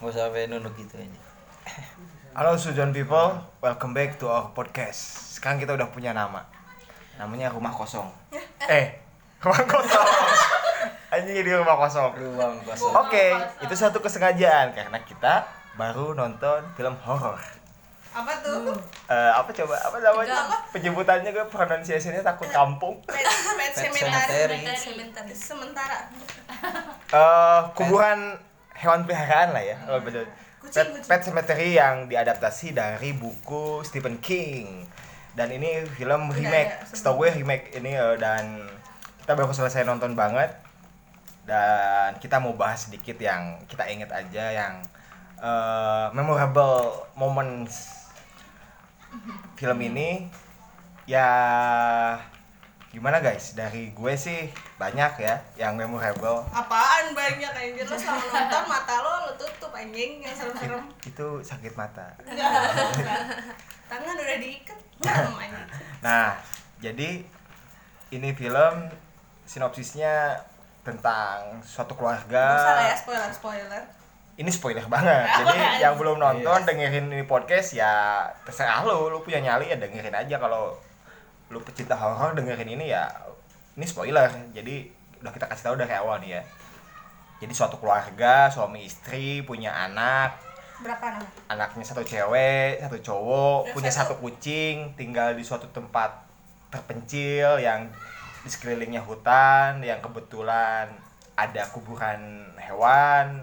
nggak sampai nunuk gitu ini Halo Sujon People, welcome back to our podcast. Sekarang kita udah punya nama. Namanya Rumah Kosong. Eh, Rumah Kosong. Anjing jadi Rumah Kosong. ruang kosong Oke, itu satu kesengajaan karena kita baru nonton film horor. apa tuh Eh, apa coba apa namanya penyebutannya gue pronunciation-nya takut kampung pet pet Pet cemetery. cemetery Sebentar. sementara eh kuburan hewan peliharaan lah ya kalau bener. Pet, Kucing, kucing. Pet Cemetery yang diadaptasi dari buku Stephen King dan ini film remake ada sebelum. setahu gue remake ini eh, dan kita baru selesai nonton banget dan kita mau bahas sedikit yang kita inget aja yang eh, memorable moments film Hmm. ini ya gimana guys dari gue sih banyak ya yang memorable apaan banyak anjir lo selama nonton mata lo lo tutup anjing yang serem-serem itu sakit mata. tangan udah diikat serem anjing Nah, jadi ini film sinopsisnya tentang suatu Nggak usah lah keluarga. ya spoiler spoiler Ini spoiler banget. Jadi yang belum nonton dengerin ini podcast ya terserah lu, lu punya nyali ya dengerin aja kalau lu pecinta horor dengerin ini ya ini spoiler. Jadi udah kita kasih tahu dari awal nih ya. Jadi suatu keluarga, suami istri, punya anak, berapa nama anaknya satu cewek, satu cowok, Dan punya satu- satu kucing, tinggal di suatu tempat terpencil yang di sekelilingnya hutan, yang kebetulan ada kuburan hewan,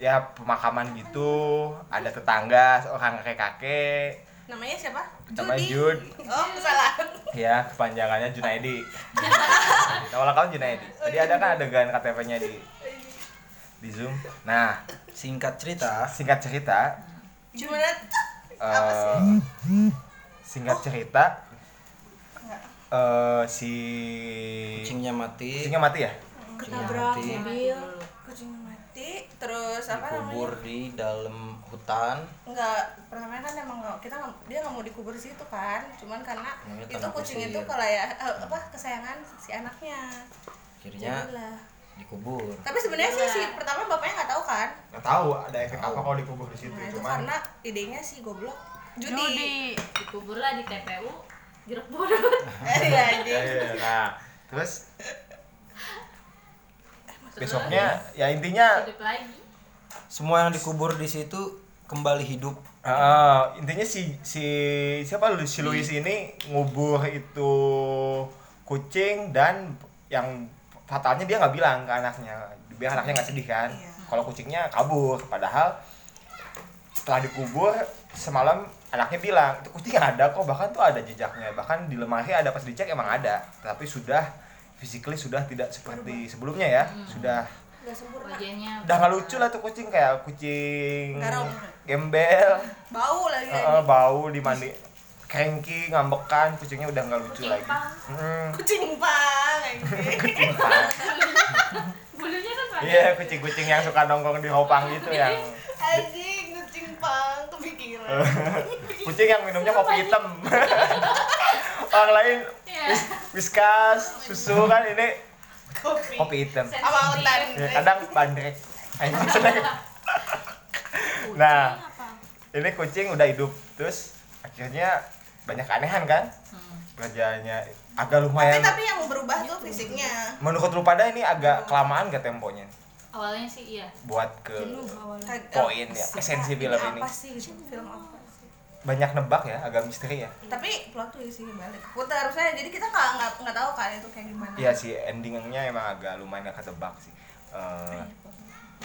ya pemakaman gitu, ada tetangga seorang kakek-kakek, namanya siapa Namanya Judy. Jude. oh salah ya kepanjangannya Junaidi. Awalnya kamu Junaidi. Tadi ada kan adegan KTP-nya di di Zoom. Nah, singkat cerita singkat cerita, gimana tuh apa sih eh singkat cerita Nggak. eh si kucingnya mati kucingnya mati ya kucingnya Ketabrak mati mobil. kucing mati terus apa dikubur namanya di dalam hutan nggak pertama kan emang nggak kita nggak- dia nggak mau dikubur di situ kan cuman karena Namanya itu tanah kucing kusir. itu kalau ya eh, apa kesayangan si anaknya akhirnya Jadilah. dikubur tapi sebenarnya sih si pertama bapaknya nggak tahu kan nggak tahu ada efek apa kalau dikubur di situ nah itu Iya, cuman karena idenya si goblok judi Judi. Dikuburlah di TPU jeruk purut. Eh, iya Iya, anjing. iya, nah terus besoknya ya intinya hidup lagi. semua yang dikubur di situ kembali hidup eh, intinya si si siapa lu si Luis ini ngubur itu kucing dan yang fatalnya dia nggak bilang ke anaknya biar anaknya nggak sedih kan Iya. kalau kucingnya kabur padahal setelah dikubur semalam anaknya bilang itu kucing ada kok bahkan tuh ada jejaknya bahkan di lemari ada pas dicek emang ada tapi sudah physically sudah tidak seperti sebelumnya ya Hmm. sudah nggak sempurna Wajahnya udah nggak lucu lah tuh kucing kayak kucing Garong. gembel bau lagi Eh, anjing. bau dimandi cranky ngambekan kucingnya udah nggak lucu Kucing lagi pang. Mm, kucing pang anjing. kucing pang. bulunya kan panjang. iya kucing-kucing yang suka nongkrong di hopang gitu yang anjing kucing pang kepikiran kucing yang minumnya kopi hitam orang lain Iya. whiskas susu kan ini kopi kopi hitam sama hutan ya, kadang bandrek Anjing, bandrek. nah Apa? ini kucing udah hidup terus akhirnya banyak keanehan kan Hmm. kerjanya agak tapi lumayan tapi yang berubah tuh fisiknya menurut lu pada ini agak kelamaan gak temponya Awalnya sih iya. buat ke Kag- Poin ya, esensi film ini. apa sih gitu? film apa sih banyak nebak ya agak misteri ya tapi plot twist sih balik putar harusnya jadi kita nggak nggak nggak tahu kan itu kayak gimana iya sih endingnya emang agak lumayan gak ketebak sih Eh,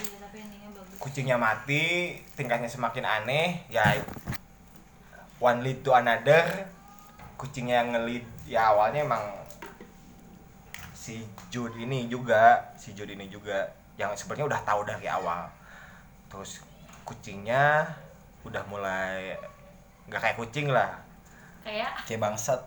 Iya, tapi endingnya bagus. kucingnya mati tingkahnya semakin aneh ya one lead to another kucingnya yang ngelid ya awalnya emang si Jude ini juga si Jude ini juga yang sebenarnya udah tahu dari awal terus kucingnya udah mulai nggak kayak kucing lah Kayak kayak bangsat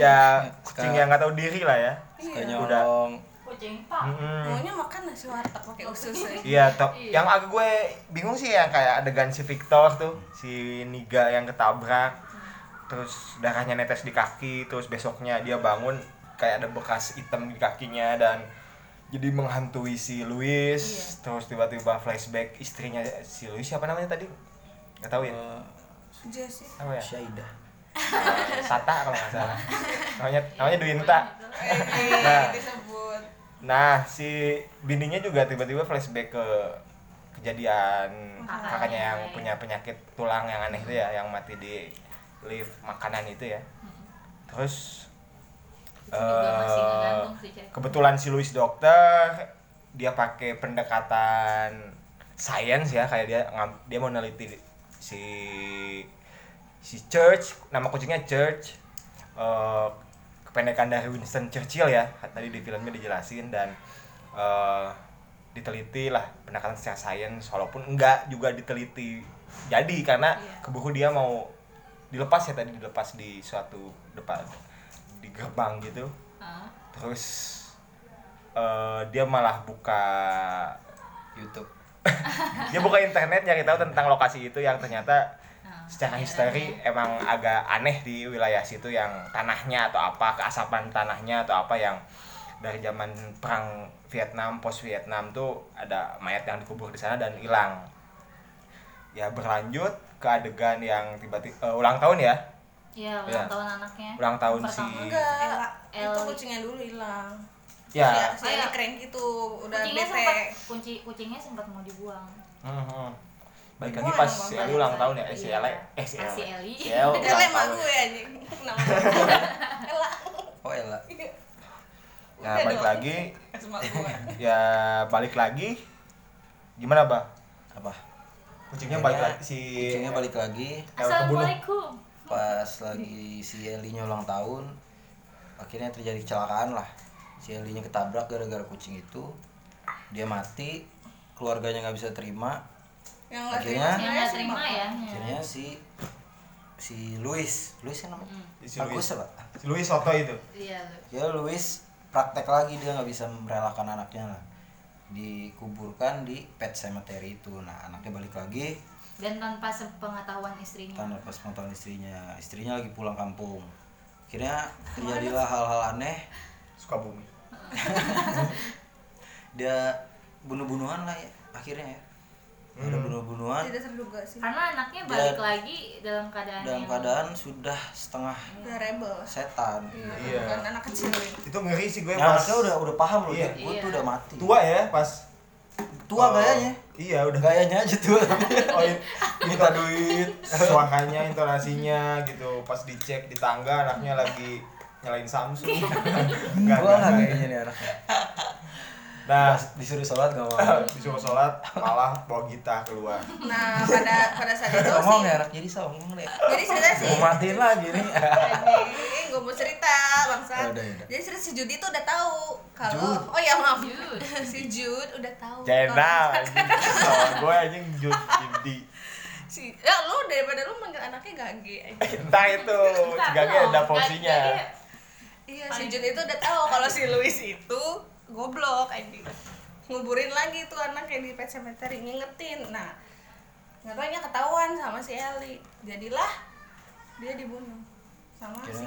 ya Suka- kucing yang nggak tahu diri lah ya suka Iya. Udah. nyolong kucing pang. Mm-mm. maunya makan nasi warteg pakai usus eh. aja. Iya, top. Iya. Yang agak gue bingung sih yang kayak adegan si Victor tuh, si Niga yang ketabrak, terus darahnya netes di kaki, terus besoknya dia bangun kayak ada bekas hitam di kakinya dan jadi menghantui si Louis Iya. terus tiba-tiba flashback istrinya si Louis siapa namanya tadi nggak tahu ya Oh, Jesse. apa ya Syaidah. Sata kalau nggak salah namanya namanya Duinta Iya, Nah. Eh, disebut. nah si bininya juga tiba-tiba flashback ke kejadian Kakaknya. kakaknya yang punya penyakit tulang yang aneh itu ya yang mati di lift makanan itu ya terus eh, Itu Mm-hmm. juga masih ngegantung sih, Cek. kebetulan si Louis dokter dia pakai pendekatan science ya kayak dia ngam- dia mau neliti si si Church nama kucingnya Church Eh, kependekan dari Winston Churchill ya tadi di filmnya dijelasin dan eh, diteliti lah pendekatan secara science walaupun enggak juga diteliti jadi karena Iya. keburu dia mau dilepas ya tadi dilepas di suatu depan di gerbang gitu Hah? terus eh, dia malah buka YouTube. dia buka internet nyari tahu tentang lokasi itu yang ternyata Nah, secara akhirnya histori emang agak aneh di wilayah situ yang tanahnya atau apa keasapan tanahnya atau apa yang dari zaman perang Vietnam pos Vietnam tuh ada mayat yang dikubur di sana dan hilang ya berlanjut ke adegan yang tiba-tiba eh, ulang tahun ya Iya, Iya. ulang tahun anaknya. ulang tahun si Pertama. Enggak, El- itu kucingnya dulu hilang. Iya, ya Si Eli keren gitu, udah Kucingnya bete. sempat kunci kucingnya sempat mau dibuang. Mhm. Baik lagi Gua pas emang si banget. Eli ulang tahun ya, eh, si Iya. Eli, eh si Ah, Eli, si Eli. Si Eli ulang Ele emak tahun. gue anjing. Kenapa? Ela. Oh elah. Nah Udah balik dong. lagi, Emak gue. ya balik lagi, gimana bah? Apa? Kucingnya Akhirnya balik lagi, si Iya. Kucingnya balik lagi El kebunuh. Assalamualaikum. pas lagi si Elinya ulang tahun. Akhirnya terjadi kecelakaan lah. Si Elinya ketabrak gara-gara kucing itu. Dia mati, keluarganya nggak bisa terima. Yang nggak Akhirnya? terima Yang nggak sebenarnya terima ya. Akhirnya si si Luis, Luis kan namanya. Mm. Hmm. si Louis, Bagus apa? si Louis Soto itu, Iya, lu. ya Luis praktek lagi dia nggak bisa merelakan anaknya lah dikuburkan di pet cemetery itu nah anaknya balik lagi Dan tanpa sepengetahuan istrinya. tanpa pas pengetahuan istrinya istrinya lagi pulang kampung akhirnya terjadilah hal-hal aneh suka bumi. dia bunuh-bunuhan lah ya akhirnya ya ada bunuh-bunuhan Tidak terduga sih. Karena anaknya balik Dan- lagi dalam keadaan Iya. dalam yang keadaan sudah setengah Udah rebel. setan Iya. Bukan anak kecil. Itu ngeri sih gue Nah, pas anaknya udah udah paham loh Iya. dia gue tuh Iya. udah mati tua ya, pas tua eh, gayanya Iya udah. gayanya aja tua tapi Oh, i- minta duit, suaranya, intonasinya gitu. Pas dicek di tangga anaknya lagi nyalain Samsung. Enggak, tua enggak, lah enggak. kayaknya nih anaknya Nah, disuruh sholat gak mau disuruh sholat malah bawa gitar keluar Nah, pada pada saat itu Ngomong sih. ya anak jadi songong deh. Jadi cerita sih. Mau matiin lagi nih. Anjing, gue mau cerita bangsa. Ya Udah, udah. Jadi cerita si Judy tuh udah tahu kalau Jude. oh ya maaf Jude. si Jude udah tahu. Jena, kalau- anjing. Sama gue anjing judi judi. Si ya lu daripada lu manggil anaknya gage anjing. Entah itu, Enggak, gage dong. ada porsinya. Gage- Iya, si Jun itu udah tahu kalau si Luis itu goblok anjing. Nguburin lagi tuh anak yang di pet cemetery ngingetin. Nah, nggak taunya ketahuan sama si Eli. Jadilah dia dibunuh sama Kira- si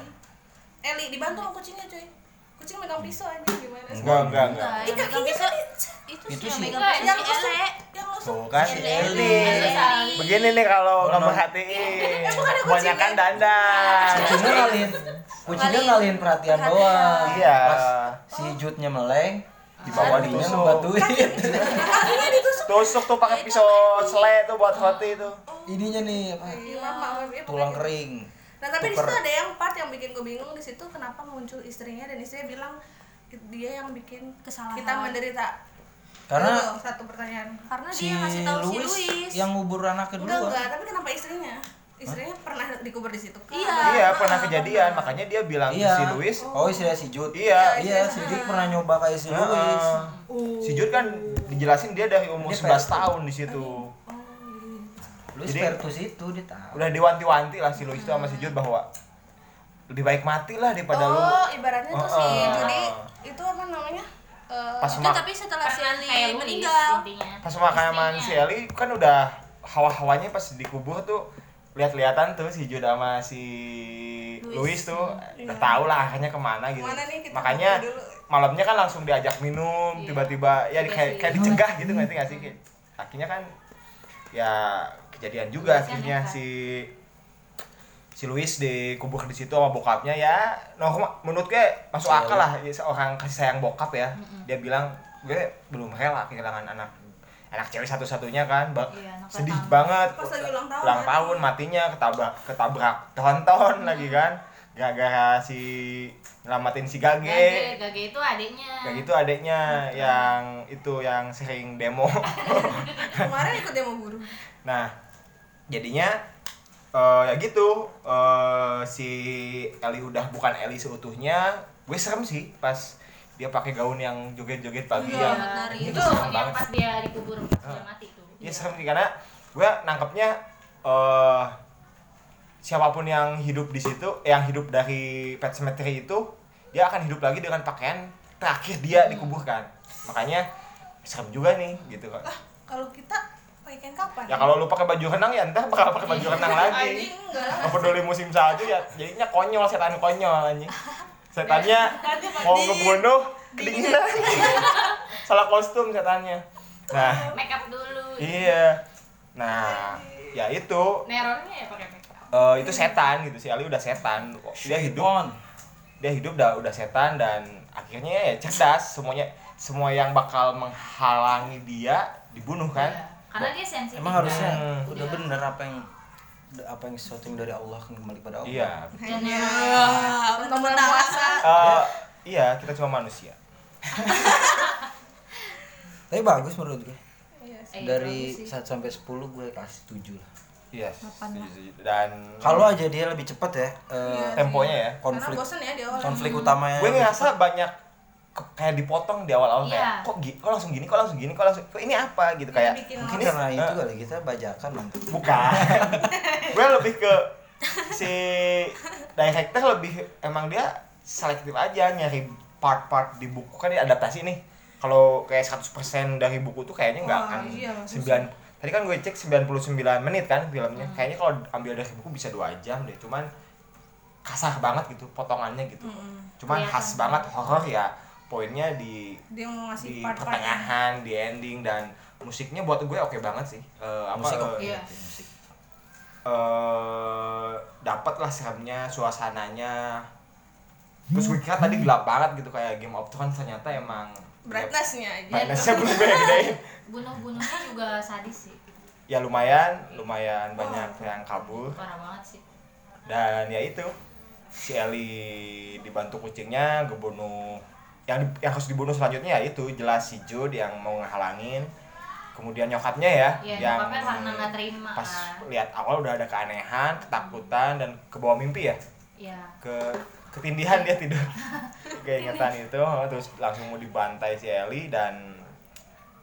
Eli dibantu sama kucingnya, cuy. Kucing megang pisau anjing gimana sih? Enggak, enggak, enggak. Enggak, Ih, yang megang kakinya pisau- kan itu, Itu sih yang sih. megang Enggak, yang pisau si lusuk, Ele. yang lusuk. Tuh kan si Eli. Eli. Begini nih kalau nggak Oh, no. merhatiin, Eh, bukan ada Ah, kebanyakan kucingnya. dandan. Kucingnya ngalihin, kucingnya Ngalihin ngalihin perhatian doang. Iya. Pas si jutnya meleng, di Ah. bawah dinya Ditusuk. Kan ngebantuin. Kakinya ditusuk. Tusuk tuh pakai pisau sele tuh buat roti tuh. Ininya nih apa? Iya, mama, iya, Tulang pokoknya. kering. Nah tapi di Tuker. situ ada yang part yang bikin gue bingung di situ kenapa muncul istrinya dan istrinya bilang dia yang bikin Kesalahan. kita menderita. Karena Itu satu pertanyaan. Karena si dia ngasih tahu si Louis Luis. yang ngubur anaknya Enggak duluan. enggak, tapi kenapa istrinya? Istrinya pernah dikubur di situ kan? Iya. Iya, pernah kejadian, makanya dia bilang ke Iya. si Luis. Oh, istrinya si Jut. Iya. Iya, si Jut pernah nyoba kayak si Louis. "Heeh." Si Jun kan dijelasin dia dari umur Dia 11 PRT. tahun di situ. Louis Jadi- Vertus itu dia tahu. Udah diwanti-wanti lah si Luis tuh sama si Jun bahwa lebih baik matilah daripada lu Oh, ibaratnya tuh si Heeh. Judi itu apa namanya? Eh, pas itu mak tapi setelah si Karena Ali kayak Louis meninggal intinya. pas makaman Istrinya. si Eli kan udah hawa-hawanya pas dikubur tuh lihat-lihatan tuh si Jude sama si Louis, Louis. tuh Iya. udah tau lah akhirnya kemana gitu Kemana nih kita makanya ngobrol dulu. malamnya kan langsung diajak minum Iya. tiba-tiba ya di- Tiba kayak, sih. kayak dicegah gitu nggak sih nggak sih Kayak- Hmm. akhirnya kan ya kejadian juga Louis yang akhirnya kan. nekat. si si Louis dikubur di situ sama bokapnya ya normal menurut gue masuk Iya. akal lah ya, seorang kasih sayang bokap ya Mm-mm. dia bilang gue belum rela kehilangan anak anak cewek satu-satunya kan Ba- Iya, anak sedih pertama. banget Pas lagi ulang ulang tahun ya. kan? tahun matinya ketabrak ketabrak tonton lagi kan gara-gara si nyelamatin si gage, Gage, Gage itu adiknya. kayak gitu adeknya yang itu yang sering demo Kemarin ikut demo buruh. nah jadinya eh, ya gitu eh, si Eli udah bukan Eli seutuhnya gue serem sih pas dia pakai gaun yang joget-joget pagi Iya, yang benar, itu, itu serem yang banget. pas dia dikubur pas dia mati tuh. ya serem sih karena gue nangkepnya eh siapapun yang hidup di situ eh, yang hidup dari pet cemetery itu dia akan hidup lagi dengan pakaian terakhir dia Hmm. dikuburkan makanya serem juga nih gitu kan Kalau kita weekend kapan? ya kalau lu pakai baju renang ya entar bakal pakai baju renang Anjing lagi enggak. nggak peduli musim salju ya jadinya konyol setan konyol anjing setannya mau ngebunuh kedinginan salah kostum setannya nah Make up dulu. Iya. Nah, ya itu Nerornya ya pakai make up. Eh, itu setan gitu si Ali udah setan. Dia hidup Bon. dia hidup udah udah setan dan akhirnya ya cerdas semuanya semua yang bakal menghalangi dia dibunuh kan. Iya. Karena dia sensitif. Emang harusnya Iya. Hmm. udah bener apa yang apa yang sesuatu yang dari Allah akan kembali pada Allah. Iya. Hanya Untuk untuk puasa. Eh, iya, kita cuma manusia. Tapi bagus menurut gue. Iya sih. Eh, Dari bagus sih. 1 sampai 10 gue kasih 7 lah. Iya. Delapan setuju, setuju. Dan Kalau aja dia lebih cepat ya. eh, Iya. temponya ya. konflik Karena bosan ya dia orang. konflik utamanya. Gue ngerasa banyak ke- kayak dipotong di awal-awal Iya. kayak kok gi- kok langsung gini, kok langsung gini, kok langsung kok ini apa gitu kayak. bikin Mungkin ini- karena itu eh, kali kita bajakan nanti. Bukan. gue lebih ke si director lebih emang dia selektif aja nyari part-part di buku kan ini adaptasi nih. Kalau kayak 100% dari buku tuh kayaknya nggak Wah, akan iya, susah. 9 Tadi kan gue cek 99 menit kan filmnya. Hmm. Kayaknya kalau ambil dari buku bisa dua jam deh. Cuman kasar banget gitu potongannya gitu. Mm-mm. Cuman khas Kelihatan. banget horor ya. Poinnya di Dia mau ngasih di part-part. pertengahan, di ending dan musiknya buat gue oke banget sih. Eh, apa, Musik oke. eh, Iya. Musik. eh dapat lah seremnya suasananya terus gue kira tadi gelap banget gitu kayak Game of Thrones ternyata emang Brightness-nya ya, aja. brightness-nya belum gue gedein. Bunuh-bunuhnya juga sadis sih. ya lumayan lumayan banyak Oh. yang kabur Parah banget sih. dan ya itu si Ellie dibantu kucingnya ngebunuh yang di- yang harus dibunuh selanjutnya ya itu jelas si Jude yang mau ngehalangin kemudian nyokapnya ya Iya, yang nyokapnya karena nggak terima, pas kan. lihat awal udah ada keanehan ketakutan dan kebawa mimpi ya Iya. ke ketindihan dia tidur keingetan itu terus langsung mau dibantai si Eli dan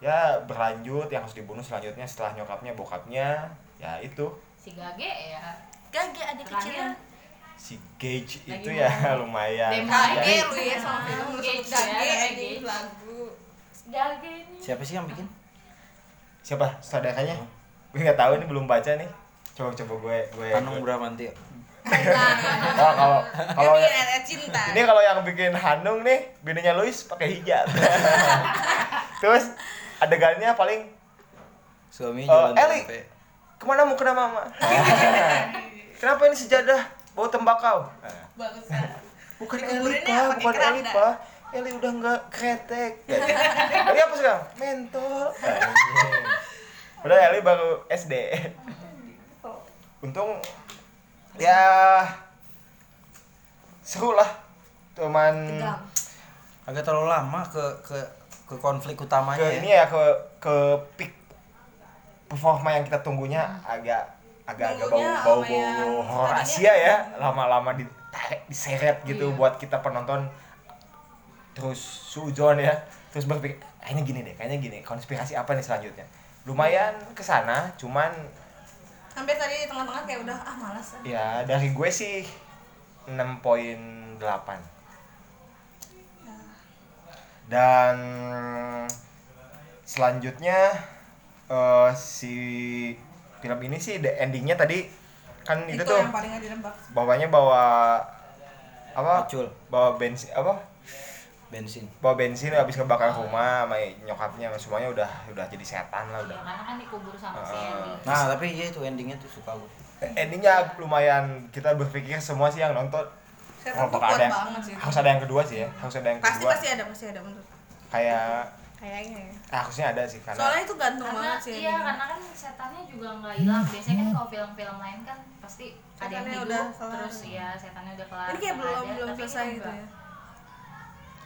ya berlanjut yang harus dibunuh selanjutnya setelah nyokapnya bokapnya ya itu Si Gage ya. Gage ada Terakhir si Gage Lagi itu ya mau lumayan demo Gage ya, aja. lu ya sama film lu sebut Gage ya, Gage anjing Gage. lagu. Gage ini. Siapa sih yang bikin? siapa saudaranya gue nggak tahu ini belum baca nih coba coba gue gue Anung Bramantio. Nah, oh, kalau kalau Iya. dia bikin ada cinta. ini kalau yang bikin Hanung nih bininya Luis pakai hijab terus adegannya paling Suaminya jalan Eh, Eli. tempe. kemana mau kena mama kenapa ini sejadah bau tembakau Bagus. kan? bukan Kuburinnya Eli pak pakai bukan kerak, Eli dah. pak Eli udah nggak kretek Eli apa sekarang mentol udah Eli baru SD untung ya seru lah cuman Tegang. Agak terlalu lama ke ke ke konflik utamanya ke ya. ini ya ke ke peak performa yang kita tunggunya agak agak agak bau Tunggunya bau sama bau yang horor tadinya- Asia ya lama-lama ditarik diseret gitu Iya. buat kita penonton terus sujon ya terus berpikir kayaknya gini deh kayaknya gini konspirasi apa nih selanjutnya lumayan kesana cuman Hampir tadi di tengah-tengah kayak udah ah malas. ah. ya dari gue sih 6.8 Ya. dan selanjutnya eh, si film ini sih the endingnya tadi kan itu, itu, tuh yang paling nggak ditebak bawanya bawa apa Macul. bawa bensin apa bensin bawa bensin habis kebakar rumah sama nyokapnya sama semuanya udah udah jadi setan lah udah karena kan dikubur sama si Ah. Eli nah tapi iya itu endingnya tuh suka gue endingnya lumayan kita berpikir semua sih yang nonton saya kalau tuh bakal kuat ada yang- banget sih itu. harus ada yang kedua sih ya harus ada yang pasti kedua pasti ada pasti ada menurut kayak kayaknya ya ah, harusnya ada sih karena soalnya itu gantung karena banget sih iya karena kan setannya juga nggak hilang biasanya kan kalau film-film lain kan pasti ada yang Setannya hidup udah kelar. gitu. terus ya setannya udah kelar ini kayak setengah belum ada, belum tapi ini selesai gitu enggak. ya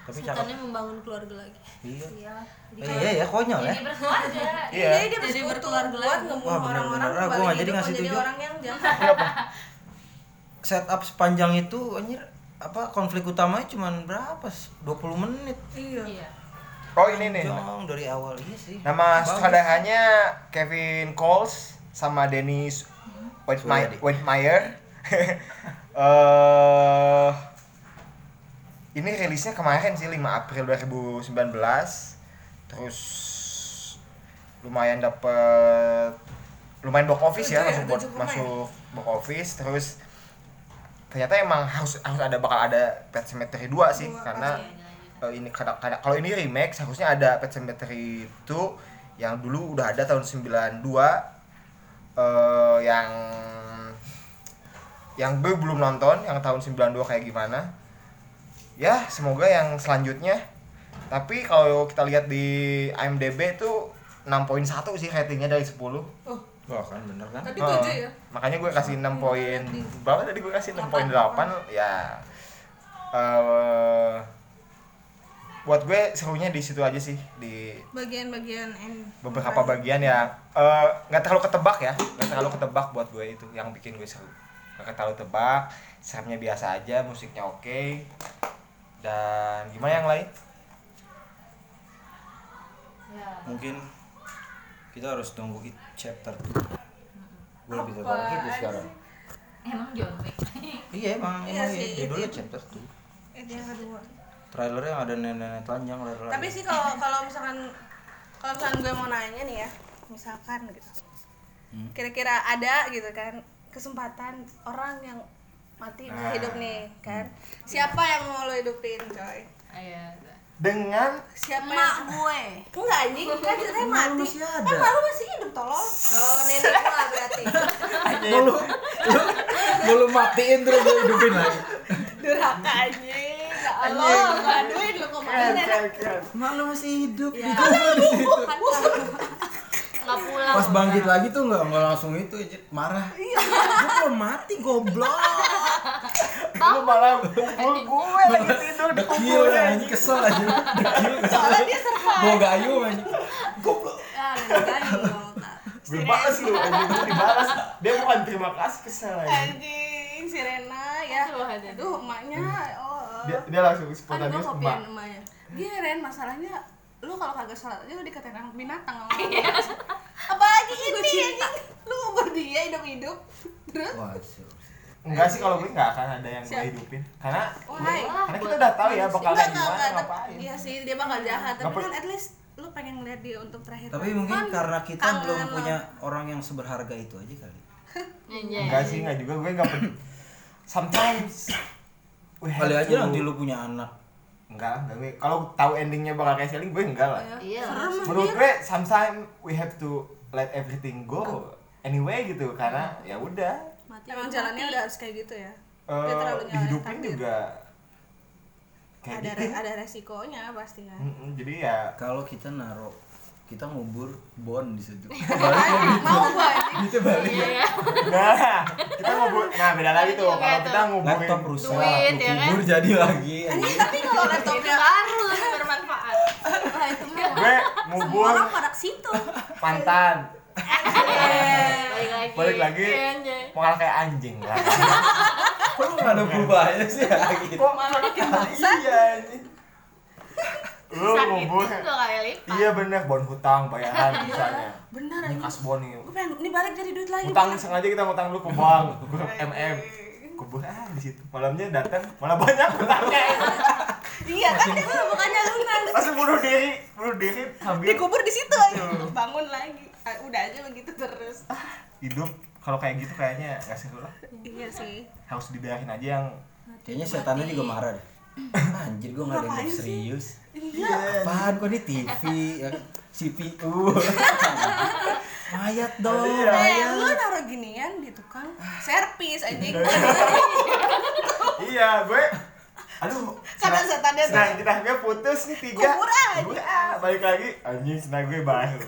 tapi Setannya cakep membangun keluarga lagi. iya iya Eh, iya ya konyol ya jadi berkeluarga iya jadi dia Jadi bersekutu buat berkeluarga lagi. Wah, ngebunuh bener-bener. Ah, orang-orang gua kembali nggak jadi hidup ngasih menjadi tunjuk. orang yang jahat setup sepanjang itu anjir apa konflik utamanya cuman berapa 20 menit iya iya oh ini nih Jong dari awal iya sih nama Bagus. sutradaranya Kevin Coles sama Dennis Whitmire Suryadi. Whitmire eh ini rilisnya kemarin sih 5 April 2019 terus lumayan dapet lumayan box office ya Tujuh ya, masuk box- tujuh koma ya? masuk box office terus ternyata emang harus harus ada bakal ada Pet Sematary 2 sih Dua, ya. karena Iya, dilanjut. Eh, ini kadang kadang kalau ini remake seharusnya ada Pet Sematary itu yang dulu udah ada tahun 92 eh yang yang gue belum nonton yang tahun 92 kayak gimana ya semoga yang selanjutnya tapi kalau kita lihat di IMDb itu 6.1 sih ratingnya dari 10 oh wah kan bener kan tadi Eh, tujuh ya makanya gue kasih 6 poin Delapan. berapa tadi gue kasih 6 poin Delapan. 8 ya eh buat gue serunya di situ aja sih di bagian-bagian end beberapa bagian ya eh, nggak terlalu ketebak ya nggak terlalu ketebak buat gue itu yang bikin gue seru nggak terlalu tebak seremnya biasa aja musiknya oke dan gimana yang lain Iya. mungkin kita harus tunggu it chapter gue lebih tertarik gitu sekarang emang John Wick iya emang Iya emang sih, iya. judulnya chapter tuh itu yang kedua trailernya yang ada nenek-nenek telanjang lari-lari. tapi sih kalau kalau misalkan kalau misalkan gue mau nanya nih ya misalkan gitu Hmm. kira-kira ada gitu kan kesempatan orang yang mati bisa Nah. hidup nih Hmm. kan siapa yang mau lo hidupin coy iya dengan siapa Emak yang gue. enggak anjing kan Emak ceritanya lu mati masih ada. kan malu masih hidup tolong oh nenek gua berarti mau lu lu, mau lu matiin terus lu hidupin lagi durhaka anjing ya Allah ngaduin lu kemarin nenek mak lu masih hidup Iya. kan nggak pulang pas bangkit lagi tuh nggak nggak langsung itu Ijit. marah gue belum Iya, mati goblok lu malah pukul gue lagi tidur di dekil anjing kesel aja dekil kesel soalnya dia survive bawa gayu anjing goblok ah nenek gayung dong, Kak. gue balas gitu, lu anjing gue dibalas dia bukan terima kasih kesel aja anjing si Rena ya Aduh, aduh, aduh. aduh emaknya oh Iya. dia, dia langsung kan gue spontanis kopian emak emaknya gini Ren masalahnya lu kalau kagak sholat aja lu dikatain anak binatang sama Iya. orang. apalagi ini anjing lu ngubur dia hidup-hidup terus wah sial. enggak sih kalau gue enggak akan ada yang gue Siap. hidupin karena why karena kita udah tahu ya bakal kayak enggak enggak gimana enggak ngapain iya sih dia bakal jahat tapi Nggak kan per- at least lu pengen ngeliat dia untuk terakhir tapi mungkin Kan karena kita kangen belum lo. punya orang yang seberharga itu aja kali Iya, enggak sih enggak juga gue enggak peduli sometimes we have kali aja to- nanti lu punya anak enggak lah, enggak gue kalau tahu endingnya bakal kayak selling gue enggak lah iya menurut gue sometimes we have to let everything go anyway gitu karena ya udah Mati. emang jalannya udah harus kayak gitu ya dia Eh, terlalu nyalain dihidupin takdir. juga kayak ada gitu re- ada resikonya pasti kan Mm-mm, jadi ya kalau kita naro kita ngubur bon di situ Anjing, mau gue itu balik nah kita ngubur nah beda lagi tuh kalau kita nguburin laptop rusak Duit, lu ya kan? kubur jadi lagi anjing tapi kalau itu laptopnya baru lebih bermanfaat Wah, itu mah. gue Semua ngubur orang pada ke situ. pantan balik lagi balik lagi Iya, anjay. mau kalah kayak anjing lah kok lu nggak ada berubahnya sih ya gitu kok iya anjing lu ngubur sakitnya dua kali lipat iya bener bon hutang bayaran misalnya bener ini anjing kas bon nih gue pengen ini balik jadi duit lagi hutang bener. sengaja kita ngutang lu ke bank gue mm kubur ah di situ malamnya datang malah banyak hutangnya iya kan dia bilang, bukannya lunas langsung bunuh diri bunuh diri sambil Iya. dikubur di situ aja bangun lagi Ah, udah aja begitu terus hidup kalau kayak gitu kayaknya nggak seru lah iya sih harus dibiarin aja yang Kayaknya setannya juga marah deh. Anjir gue gak ada yang serius. Iya. Apaan kok di TV? Ya, CPU. Mayat dong. Iya, Oh, Eh, lu naruh ginian di tukang servis anjing. iya gue aduh Karena senang- setannya tuh- senang kita gue putus nih tiga Kubur aja. Kubur, ah, balik lagi anjing senang gue baru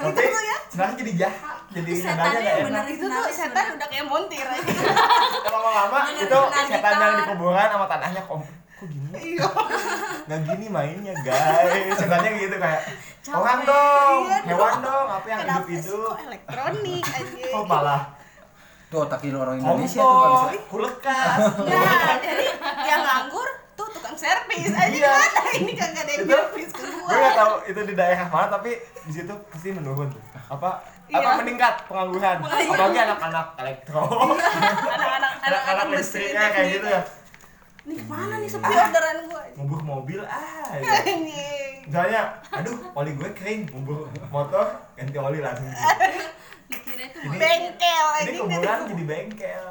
tapi tuh ya. senang jadi jahat jadi nadanya setannya nggak yang enak bener itu tuh setan udah kayak montir Iya, aja. lama-lama Bener-bener itu nagih setan yang di tangan. kuburan sama tanahnya kok kok gini Iya. nah gini mainnya guys setannya gitu kayak orang dong Iya dong. hewan dong apa yang hidup Kenapa sih itu kok elektronik anjing? kok malah Tuh otakin orang Indonesia tuh gak kompor ya? bisa. kulekas Nah, jadi yang nganggur tuh tukang servis aja Iya. gimana ini kagak ada yang Itu- servis ke gue gua. gak tahu itu di daerah mana tapi di situ pasti menurun apa apa Iya. meningkat pengangguran apalagi anak-anak elektro Anak-anak anak-anak listriknya kayak gitu ya Nih mana nih sepi orderan gua ngubur mobil ah ya. anjing. misalnya aduh oli gue kering ngubur motor ganti oli langsung dikira itu Ini- Bengkel ini anjing. kuburan jadi bengkel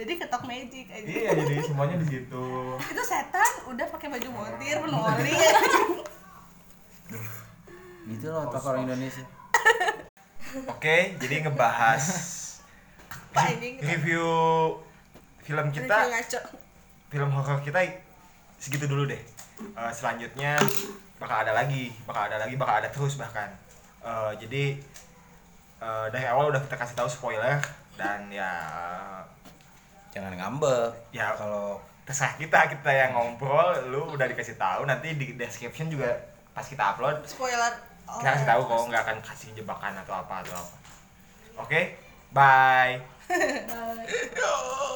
Jadi ketok magic anjing. iya jadi semuanya di situ Itu setan udah pakai baju montir penuh oli. anjing. Gitu loh otak orang Indonesia. oke jadi ngebahas Apa anjing? review film Review ngaco. film horor kita segitu dulu deh. Eh, selanjutnya bakal ada lagi, bakal ada lagi, bakal ada terus bahkan. Eh, jadi eh, dari awal udah kita kasih tahu spoiler dan ya Jangan ngambek. Ya. Kalau terserah kita kita yang ngobrol, lu udah dikasih tahu. Nanti di description juga pas kita upload Spoiler. Oh, kita kasih tahu kok nggak akan kasih jebakan atau apa atau apa. Oke, bye. Bye.